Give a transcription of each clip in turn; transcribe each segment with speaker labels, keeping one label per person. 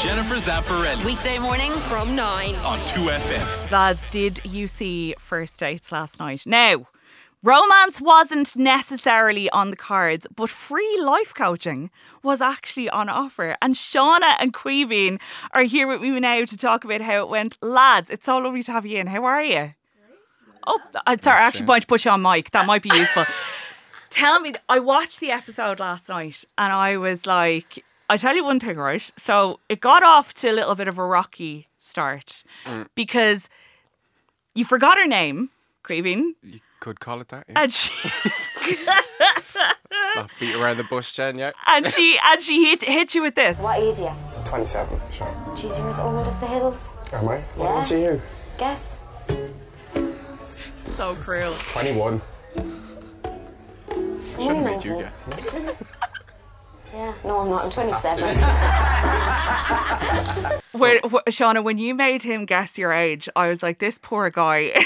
Speaker 1: Jennifer Zapparelli
Speaker 2: Weekday morning from 9.
Speaker 1: on 2FM.
Speaker 3: Lads, did you see first dates last night? Now, romance wasn't necessarily on the cards, but free life coaching was actually on offer. And Shauna and Queeveen are here with me now to talk about how it went. Lads, it's so lovely to have you in. How are you? Oh, I'm sorry, I actually going to put you on mic. That might be useful. tell me, I watched the episode last night and I was like, I tell you one thing, right? So it got off to a little bit of a rocky start because you forgot her name, Craving,
Speaker 4: You could call it that. Yeah.
Speaker 3: and she
Speaker 4: Let's not beat around the bush, Jen. Yeah.
Speaker 3: and she and she hit, hit you with this.
Speaker 5: What age are you?
Speaker 6: 27, sure.
Speaker 5: She's years old as the hills.
Speaker 6: Am I? What
Speaker 5: Yeah.
Speaker 6: age are you?
Speaker 5: Guess.
Speaker 3: So cruel.
Speaker 6: 21.
Speaker 4: Shouldn't make you guess.
Speaker 5: Yeah. No, I'm not. I'm 27.
Speaker 3: Where, wh- Shauna, when you made him guess your age, I was like, this poor guy.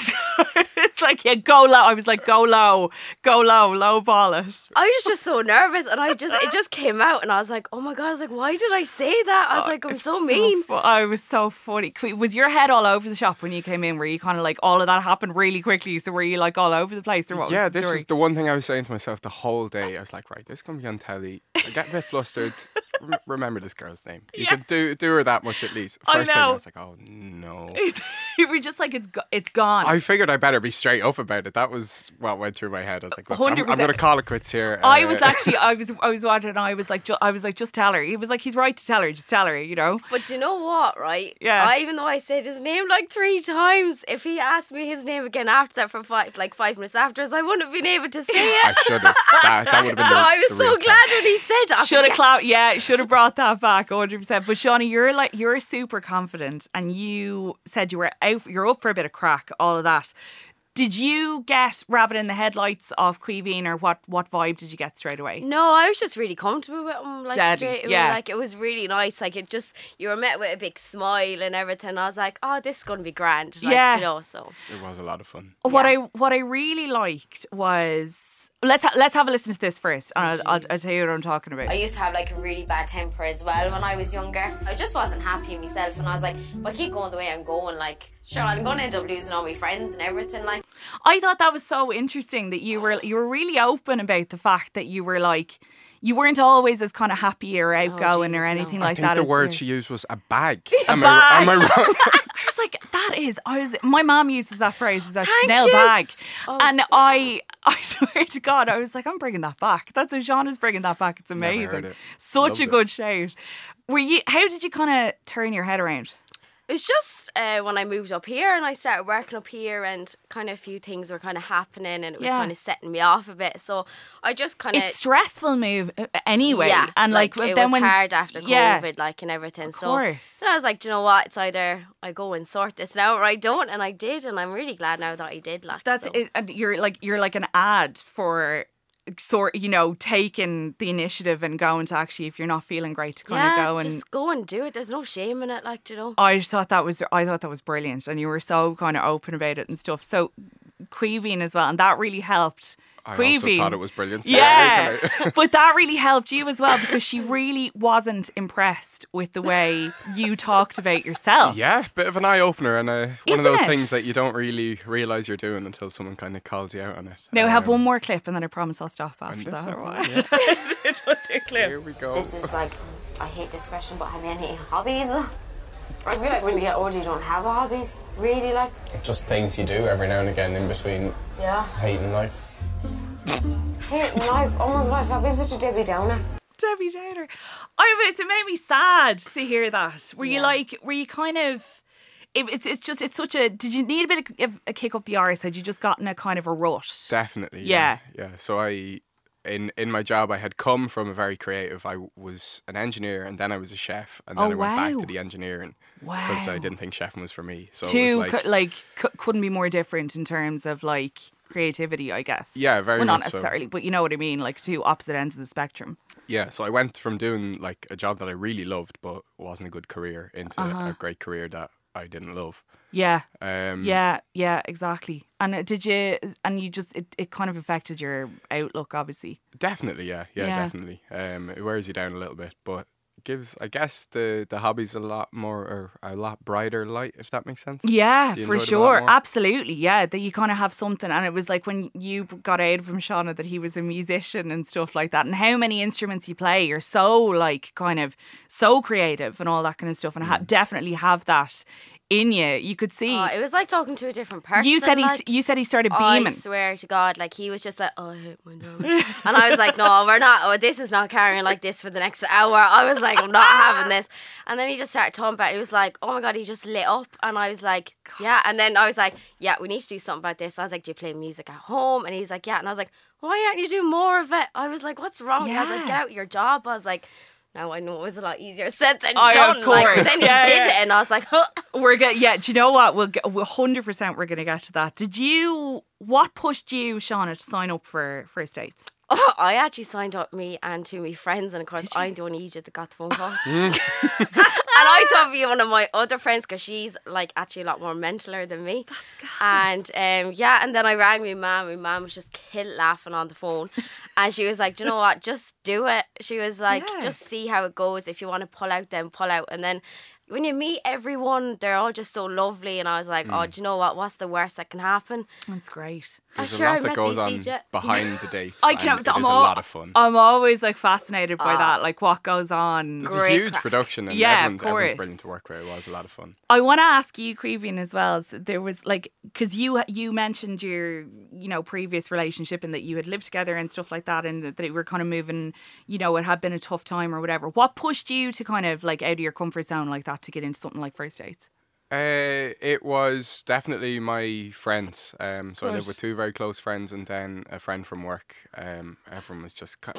Speaker 3: it's like, yeah, go low. I was like, go low, go low, low ball it.
Speaker 7: I was just so nervous, and I just it just came out, and I was like, "Oh my god!" I was like, "Why did I say that?" I was like, "I'm
Speaker 3: It's
Speaker 7: Oh, so mean."
Speaker 3: fu- I was so funny. Que- Was your head all over the shop when you came in? Were you kind of like all of that happened really quickly? So were you like all over the place, or what?
Speaker 4: Yeah,
Speaker 3: was the
Speaker 4: this
Speaker 3: story?
Speaker 4: is the one thing I was saying to myself the whole day. I was like, right, this can be on telly. I get a bit flustered. Rem- remember this girl's name. You
Speaker 3: Yeah.
Speaker 4: can do do her that much at least.
Speaker 3: I
Speaker 4: First thing, I
Speaker 3: know.
Speaker 4: was like, oh no.
Speaker 3: you were just like it's go- it's gone.
Speaker 4: I figured I better be straight up about it. That was what went through my head. I was like, look, I'm,
Speaker 3: 100%.
Speaker 4: going to call it quits here.
Speaker 3: I was
Speaker 4: Uh,
Speaker 3: actually, I was, I was watching, and I was like, ju- I was like, just tell her. He was like, he's right to tell her, just tell her, you know.
Speaker 7: But you know what, right?
Speaker 3: Yeah.
Speaker 7: I, even though I said his name like three times, if he asked me his name again after that for five, like five minutes afterwards, I wouldn't have been able to say
Speaker 4: I
Speaker 7: it.
Speaker 4: should have. That, that would have been.
Speaker 7: so
Speaker 4: the,
Speaker 7: I was
Speaker 4: the real
Speaker 7: so
Speaker 4: test.
Speaker 7: glad when he said, it. I was
Speaker 3: Should have
Speaker 7: like,
Speaker 3: clapped,
Speaker 7: "Yes."
Speaker 3: yeah. Should have brought that back, hundred percent. But Shawnee, you're like, you're super confident, and you said you were out, you're up for a bit of crack, all of that. Did you get rabbit in the headlights of Queeveen, or what? What vibe did you get straight away?
Speaker 7: No, I was just really comfortable with him, like
Speaker 3: Daddy,
Speaker 7: straight away.
Speaker 3: yeah.
Speaker 7: Like it was really nice. Like it just you were met with a big smile and everything. I was like, oh, this is gonna be grand. Like,
Speaker 3: Yeah.
Speaker 7: you know. So
Speaker 4: It was a lot of fun.
Speaker 3: What I what I really liked was let's ha- let's have a listen to this first, and I'll, I'll, I'll tell you what I'm talking about.
Speaker 5: I used to have like a really bad temper as well when I was younger. I just wasn't happy myself, and I was like, if I keep going the way I'm going, like, sure, I'm gonna end up losing all my friends and everything. Like,
Speaker 3: I thought that was so interesting that you were you were really open about the fact that you were like you weren't always as kind of happy or outgoing or
Speaker 7: Oh, Jesus, no.
Speaker 3: anything
Speaker 4: I
Speaker 3: like
Speaker 4: think
Speaker 3: that.
Speaker 4: the
Speaker 3: as
Speaker 4: word
Speaker 3: you-
Speaker 4: she used was a bag. am,
Speaker 3: bag.
Speaker 4: I, am I wrong?
Speaker 3: I was like, that is. I was. My mom uses that phrase as a Chanel
Speaker 7: you. Oh,
Speaker 3: bag, and I, I swear to God, I was like, I'm bringing that back. That's how is bringing that back. It's
Speaker 4: heard
Speaker 3: amazing.
Speaker 4: it.
Speaker 3: Such
Speaker 4: Loved
Speaker 3: a
Speaker 4: it.
Speaker 3: good shout. Were you? How did you kind of turn your head around?
Speaker 7: It's just uh, when I moved up here and I started working up here, and kind of a few things were kind of happening, and it was
Speaker 3: Yeah.
Speaker 7: kind of setting me off a bit. So I just kind of
Speaker 3: It's stressful move uh, anyway,
Speaker 7: yeah,
Speaker 3: and like,
Speaker 7: it
Speaker 3: then
Speaker 7: was
Speaker 3: when
Speaker 7: hard after
Speaker 3: yeah.
Speaker 7: COVID, like and everything. so
Speaker 3: course.
Speaker 7: then I was like, "Do you know what? It's either I go and sort this now, or I don't, and I did, and I'm really glad now that I did. Like
Speaker 3: That's
Speaker 7: so.
Speaker 3: it. And you're like you're like an ad for sort you know taking the initiative and going to actually if you're not feeling great to kind
Speaker 7: Yeah,
Speaker 3: of go and
Speaker 7: just go and do it. There's no shame in it, like do you know.
Speaker 3: I just thought that was I thought that was brilliant, and you were so kind of open about it and stuff. So queeving as well, and that really helped.
Speaker 4: I also
Speaker 3: Queeving.
Speaker 4: thought it was brilliant.
Speaker 3: yeah,
Speaker 4: Can I-
Speaker 3: but that really helped you as well because she really wasn't impressed with the way you talked about yourself.
Speaker 4: Yeah, bit of an eye opener and uh one
Speaker 3: Isn't
Speaker 4: of those
Speaker 3: it?
Speaker 4: things that you don't really realize you're doing until someone kind of calls you out on it.
Speaker 3: Now have
Speaker 4: Um,
Speaker 3: one more clip, and then I promise I'll stop after
Speaker 4: and this
Speaker 3: that.
Speaker 4: one, yeah. Here we go.
Speaker 5: this is like, I hate this question, but how many hobbies? I feel like when you get older, you don't have hobbies, really. Like,
Speaker 6: Just things you do every now and again in between
Speaker 5: yeah.
Speaker 6: hating life.
Speaker 5: Here, life. Oh my gosh, I've been such a Debbie Downer.
Speaker 3: Debbie Downer. I it made me sad to hear that. Were you like? Were you kind of? It, it's it's just it's such a. Did you need a bit of a kick up the arse? Had you just gotten a kind of a rut?
Speaker 4: Definitely. Yeah. So I, in in my job, I had come from a very creative. I w- was an engineer, and then I was a chef, and then
Speaker 3: Oh,
Speaker 4: I went back
Speaker 3: wow.
Speaker 4: to the engineering because
Speaker 3: Wow.
Speaker 4: I didn't think chefing was for me. So it
Speaker 3: two
Speaker 4: was like,
Speaker 3: cou- like cou- couldn't be more different in terms of like creativity, I guess.
Speaker 4: Yeah, very
Speaker 3: Well, not
Speaker 4: much so.
Speaker 3: necessarily, but you know what I mean. Like two opposite ends of the spectrum.
Speaker 4: yeah. So I went from doing like a job that I really loved but wasn't a good career into
Speaker 3: Uh-huh.
Speaker 4: a great career that I didn't love.
Speaker 3: Yeah,
Speaker 4: Um,
Speaker 3: yeah, yeah, exactly. And it- did you? And you just it, it kind of affected your outlook, obviously.
Speaker 4: Definitely, yeah, yeah,
Speaker 3: Yeah.
Speaker 4: definitely. Um, it wears you down a little bit, but gives, I guess, the the hobbies a lot more or a lot brighter light, if that makes sense.
Speaker 3: Yeah,
Speaker 4: You
Speaker 3: for
Speaker 4: enjoyed them a lot
Speaker 3: sure.
Speaker 4: more?
Speaker 3: Absolutely. Yeah, that you kind of have something. And it was like when you got out from Shauna that he was a musician and stuff like that. And how many instruments you play. You're so, like, kind of so creative and all that kind of stuff. And ha-
Speaker 4: Mm.
Speaker 3: definitely have that in you. You could see.
Speaker 7: Oh, it was like talking to a different person.
Speaker 3: you said he
Speaker 7: like,
Speaker 3: you said he started
Speaker 7: I
Speaker 3: beaming.
Speaker 7: swear to God, like he was just like, oh, I hate my job. and I was like, no, we're not. Oh, this is not carrying like this for the next hour. I was like, I'm not having this. And then he just started talking about. It. He was like, oh my God, he just lit up. And I was like, yeah. And then I was like, yeah, we need to do something about this. I was like, do you play music at home? And he's like, yeah. And I was like, why aren't you doing more of it? I was like, what's wrong? I was like,
Speaker 3: Yeah.
Speaker 7: get out your job. I was like. Now I know it was a lot easier said than
Speaker 3: Oh, yeah, of
Speaker 7: done. like,
Speaker 3: course.
Speaker 7: but then he
Speaker 3: Yeah,
Speaker 7: did
Speaker 3: yeah.
Speaker 7: it, and I was like, huh.
Speaker 3: We're going yeah, do you know what? We'll get hundred percent we're gonna get to that. Did you what pushed you, Shauna, to sign up for first dates?
Speaker 7: Oh, I actually signed up me and two of my friends, and of course I'm the only idiot that got the phone call. and
Speaker 4: Mm.
Speaker 7: I thought it'd be one of my other friends because she's like actually a lot more mentaler than me. That's good. And um, yeah, and then I rang my mum. My mum was just kill laughing on the phone, and she was like, "Do you know what? Just do it." She was like,
Speaker 3: Yeah.
Speaker 7: "Just see how it goes. If you want to pull out, then pull out." And then. When you meet everyone, they're all just so lovely, and I was like,
Speaker 4: Mm.
Speaker 7: "Oh, do you know what? What's the worst that can happen?"
Speaker 3: That's great.
Speaker 7: I'm
Speaker 4: There's
Speaker 7: sure
Speaker 4: a
Speaker 7: I
Speaker 4: lot
Speaker 7: met
Speaker 4: that goes
Speaker 7: these
Speaker 4: on
Speaker 7: DJ
Speaker 4: behind the dates.
Speaker 3: I can.
Speaker 4: and it
Speaker 3: I'm
Speaker 4: is
Speaker 3: al-
Speaker 4: a lot of fun.
Speaker 3: I'm always like fascinated by that, like what goes on.
Speaker 4: It's a
Speaker 7: great
Speaker 4: huge
Speaker 7: crack.
Speaker 4: production, and
Speaker 3: Yeah, of
Speaker 4: everyone's, everyone's
Speaker 3: course.
Speaker 4: brilliant to work with. It was a lot of fun.
Speaker 3: I want to ask you, Crevian, as well. So there was like because you you mentioned your you know previous relationship and that you had lived together and stuff like that, and that that you were kind of moving. You know, it had been a tough time or whatever. What pushed you to kind of like out of your comfort zone like that to get into something like first dates?
Speaker 4: Uh, it was definitely my friends. Um, so I
Speaker 3: Right.
Speaker 4: live with two very close friends, and then a friend from work. Um, everyone was just ki-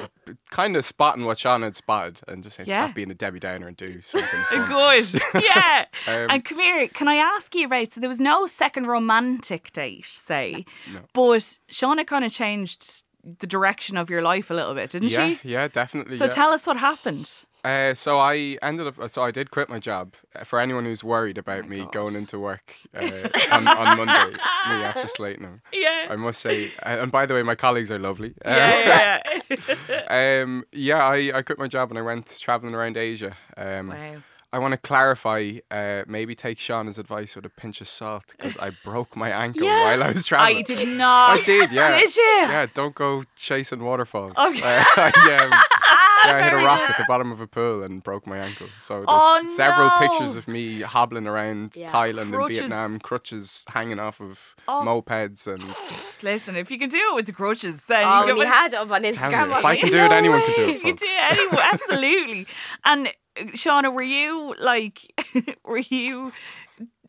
Speaker 4: kind of spotting what Sean had spotted, and just saying,
Speaker 3: Yeah.
Speaker 4: "Stop being a Debbie Downer and do something." fun."
Speaker 3: Good, yeah.
Speaker 4: Um,
Speaker 3: and come here, can I ask you about? So there was no second romantic date, say,
Speaker 4: No.
Speaker 3: but Shauna kind of changed the direction of your life a little bit, didn't she?
Speaker 4: Yeah, yeah, definitely.
Speaker 3: So
Speaker 4: yeah.
Speaker 3: tell us what happened.
Speaker 4: Uh, so I ended up. So I did quit my job. Uh, For anyone who's worried
Speaker 3: Oh
Speaker 4: about me going into work uh, on, on Monday, me after Slatenham,
Speaker 3: Yeah.
Speaker 4: I must say. Uh, and by the way, my colleagues are lovely. Um,
Speaker 3: yeah, yeah,
Speaker 4: um, yeah, I, I quit my job and I went traveling around Asia. Um,
Speaker 3: Wow.
Speaker 4: I want to clarify. Uh, maybe take Shauna's advice with a pinch of salt because I broke my ankle
Speaker 7: Yeah.
Speaker 4: while I was traveling.
Speaker 3: I did not.
Speaker 7: Oh,
Speaker 4: I did, yeah.
Speaker 3: Did you?
Speaker 4: Yeah, don't go chasing waterfalls.
Speaker 3: Okay.
Speaker 4: Uh, I, um, yeah, I hit a rock at the bottom of a pool and broke my ankle. So there's
Speaker 3: Oh,
Speaker 4: several
Speaker 3: no.
Speaker 4: pictures of me hobbling around
Speaker 7: Yeah.
Speaker 4: Thailand
Speaker 3: Crutches.
Speaker 4: and Vietnam, crutches hanging off of
Speaker 3: Oh.
Speaker 4: mopeds and
Speaker 3: Listen, if you can do it with the crutches, then
Speaker 7: Oh,
Speaker 3: you
Speaker 7: and
Speaker 3: can
Speaker 7: he
Speaker 3: manage-
Speaker 7: had it up on
Speaker 4: Tell
Speaker 7: Instagram.
Speaker 4: me,
Speaker 7: I was
Speaker 4: if I
Speaker 7: like,
Speaker 4: can do it,
Speaker 7: "No
Speaker 4: anyone can do
Speaker 7: way."
Speaker 4: it.
Speaker 3: You
Speaker 4: folks.
Speaker 3: do anyway, absolutely. And uh, Shauna, were you like, were you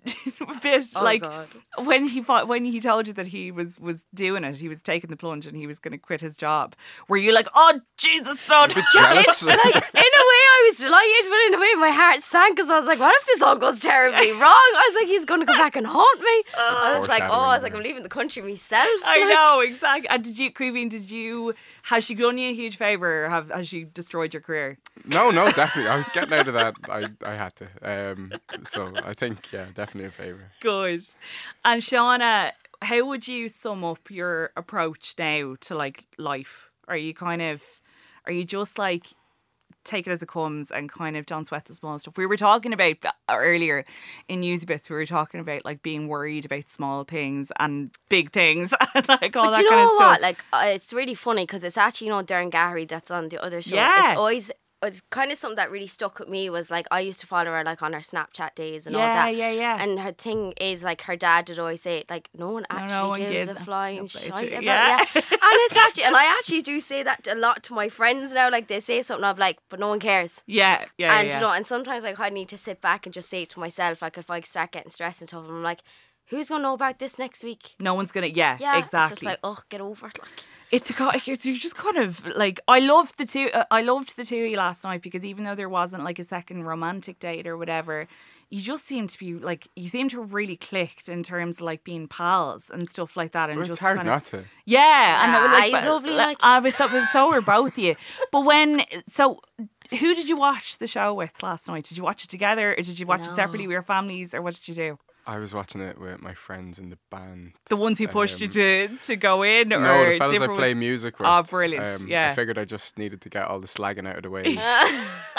Speaker 3: a bit
Speaker 7: Oh,
Speaker 3: like
Speaker 7: God.
Speaker 3: when he fought, when he told you that he was was doing it, he was taking the plunge and he was going to quit his job? Were you like, oh Jesus, no,
Speaker 4: a bit jealous.
Speaker 7: like in a way I was delighted, but in a way my heart sank because I was like, what if this all goes terribly wrong? I was like, he's gonna come back and haunt me. I was like, oh, I was like, I'm leaving the country myself.
Speaker 3: I
Speaker 7: Like,
Speaker 3: know exactly. And did you, Creeveen? Did you? Has she done you a huge favor? Or have has she destroyed your career?
Speaker 4: no, no, definitely. I was getting out of that. I, I had to. Um, so I think, yeah, definitely a favour.
Speaker 3: Good. And Shauna, how would you sum up your approach now to like life? Are you kind of, are you just like take it as it comes and kind of don't sweat the small stuff? We were talking about earlier in news bits. We were talking about like being worried about small things and big things, and like all
Speaker 7: But
Speaker 3: that
Speaker 7: you know
Speaker 3: kind of
Speaker 7: what?
Speaker 3: stuff.
Speaker 7: Like, uh, it's really funny because it's actually you know Darren Gary that's on the other show.
Speaker 3: Yeah.
Speaker 7: It's always it's kind of something that really stuck with me was like I used to follow her like on her Snapchat days and all
Speaker 3: Yeah,
Speaker 7: that.
Speaker 3: yeah, yeah.
Speaker 7: And her thing is like her dad would always say like no one
Speaker 3: no
Speaker 7: actually
Speaker 3: one
Speaker 7: gives,
Speaker 3: gives
Speaker 7: a
Speaker 3: a
Speaker 7: flying
Speaker 3: flip
Speaker 7: shit
Speaker 3: about you.
Speaker 7: about
Speaker 3: Yeah.
Speaker 7: yeah. And it's actually and I actually do say that a lot to my friends now. Like they say something I'm like, but no one cares.
Speaker 3: Yeah, yeah,
Speaker 7: And
Speaker 3: yeah.
Speaker 7: you know, and sometimes like I need to sit back and just say it to myself. Like if I start getting stressed and stuff, I'm like, who's gonna know about this next week?
Speaker 3: no one's gonna. Yeah,
Speaker 7: Yeah,
Speaker 3: exactly.
Speaker 7: It's just like, oh, get over it. Like,
Speaker 3: It's a kind. It's you're just kind of like I loved the two. uh, I loved the two of you last night because even though there wasn't like a second romantic date or whatever, you just seem to be like you seem to have really clicked in terms of like being pals and stuff like that. And
Speaker 4: Well,
Speaker 3: just
Speaker 4: it's hard
Speaker 3: kind of,
Speaker 4: not to.
Speaker 3: Yeah, and I was
Speaker 7: Ah,
Speaker 3: like,
Speaker 7: he's
Speaker 3: but-
Speaker 7: lovely, like.
Speaker 3: I was so, so were both of you. But when so. Who did you watch the show with last night? Did you watch it together or did you watch it
Speaker 7: No.
Speaker 3: separately with your families or what did you do?
Speaker 4: I was watching it with my friends in the band.
Speaker 3: The ones who pushed you
Speaker 4: Um,
Speaker 3: to, to go in, or
Speaker 4: No, the fellas I
Speaker 3: different
Speaker 4: play
Speaker 3: ones?
Speaker 4: music with. um,
Speaker 3: Oh, brilliant, yeah.
Speaker 4: I figured I just needed to get all the slagging out of the way
Speaker 3: That's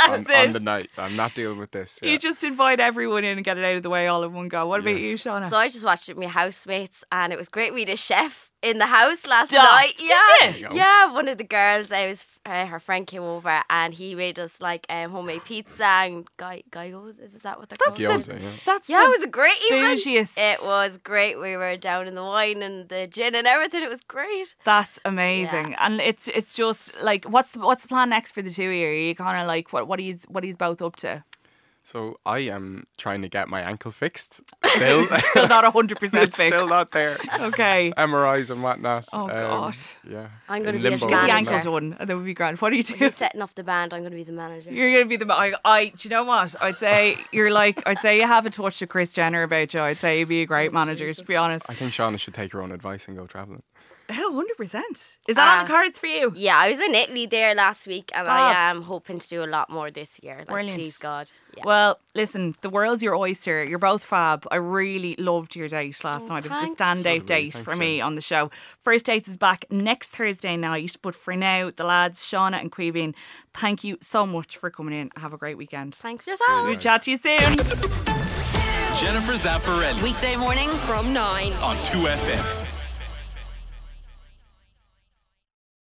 Speaker 4: on, on
Speaker 3: it.
Speaker 4: the night. I'm not dealing with this.
Speaker 3: You
Speaker 4: yeah.
Speaker 3: just invite everyone in and get it out of the way all in one go. What about
Speaker 4: Yeah.
Speaker 3: you, Shauna?
Speaker 7: So I just watched it with my housemates, and it was great. We had a chef in the house last
Speaker 3: Stop.
Speaker 7: night.
Speaker 3: Did
Speaker 7: yeah,
Speaker 3: you?
Speaker 4: There you go.
Speaker 7: yeah. One of the girls, I was uh, her friend came over, and he made us like um, homemade pizza and guy gyos. Is that what they're
Speaker 3: That's
Speaker 7: called?
Speaker 4: Gyoza, yeah.
Speaker 3: That's
Speaker 7: Yeah,
Speaker 3: the
Speaker 7: it was a great evening.
Speaker 3: bougiest.
Speaker 7: It was great. We were down in the wine and the gin and everything. It was great.
Speaker 3: That's amazing, and it's it's just like what's the, what's the plan next for the two of you? Are you kind of like what what he's what he's both up to?
Speaker 4: So I am trying to get my ankle fixed. Still,
Speaker 3: Still not hundred percent
Speaker 4: it's
Speaker 3: fixed.
Speaker 4: still not there.
Speaker 3: Okay,
Speaker 4: MRIs and whatnot. Um,
Speaker 3: Oh, God.
Speaker 4: Yeah.
Speaker 7: I'm
Speaker 4: In
Speaker 7: gonna be a
Speaker 4: limbo
Speaker 3: get
Speaker 4: at
Speaker 3: the
Speaker 4: the
Speaker 3: ankle
Speaker 7: manager.
Speaker 4: moment.
Speaker 3: done, and that would be grand. What do you do?
Speaker 7: He's setting up the band. I'm going to be the manager.
Speaker 3: You're gonna be the. I, I. Do you know what? I'd say you're like. I'd say you have a touch of Chris Jenner about you. I'd say you'd be a
Speaker 7: Oh,
Speaker 3: great manager. To be honest,
Speaker 4: I think Shauna should take her own advice and go traveling.
Speaker 3: hundred percent. Is that on the
Speaker 7: Ah.
Speaker 3: cards for you?
Speaker 7: Yeah, I was in Italy there last week, and
Speaker 3: Fab.
Speaker 7: I am hoping to do a lot more this year. Like,
Speaker 3: Brilliant.
Speaker 7: Please God. Yeah.
Speaker 3: Well, listen, the world's your oyster. You're both fab. I really loved your date last night. It was the
Speaker 7: Oh, thanks.
Speaker 3: standout
Speaker 4: Lovely.
Speaker 3: date
Speaker 4: Thanks,
Speaker 3: for me on the show. First Dates is back next Thursday night. But for now, the lads, Shauna and Queeveen, thank you so much for coming in. Have a great weekend.
Speaker 7: Thanks yourself.
Speaker 3: We'll chat to you soon.
Speaker 1: Jennifer Zapparelli
Speaker 2: Weekday morning from 9.
Speaker 1: on 2FM.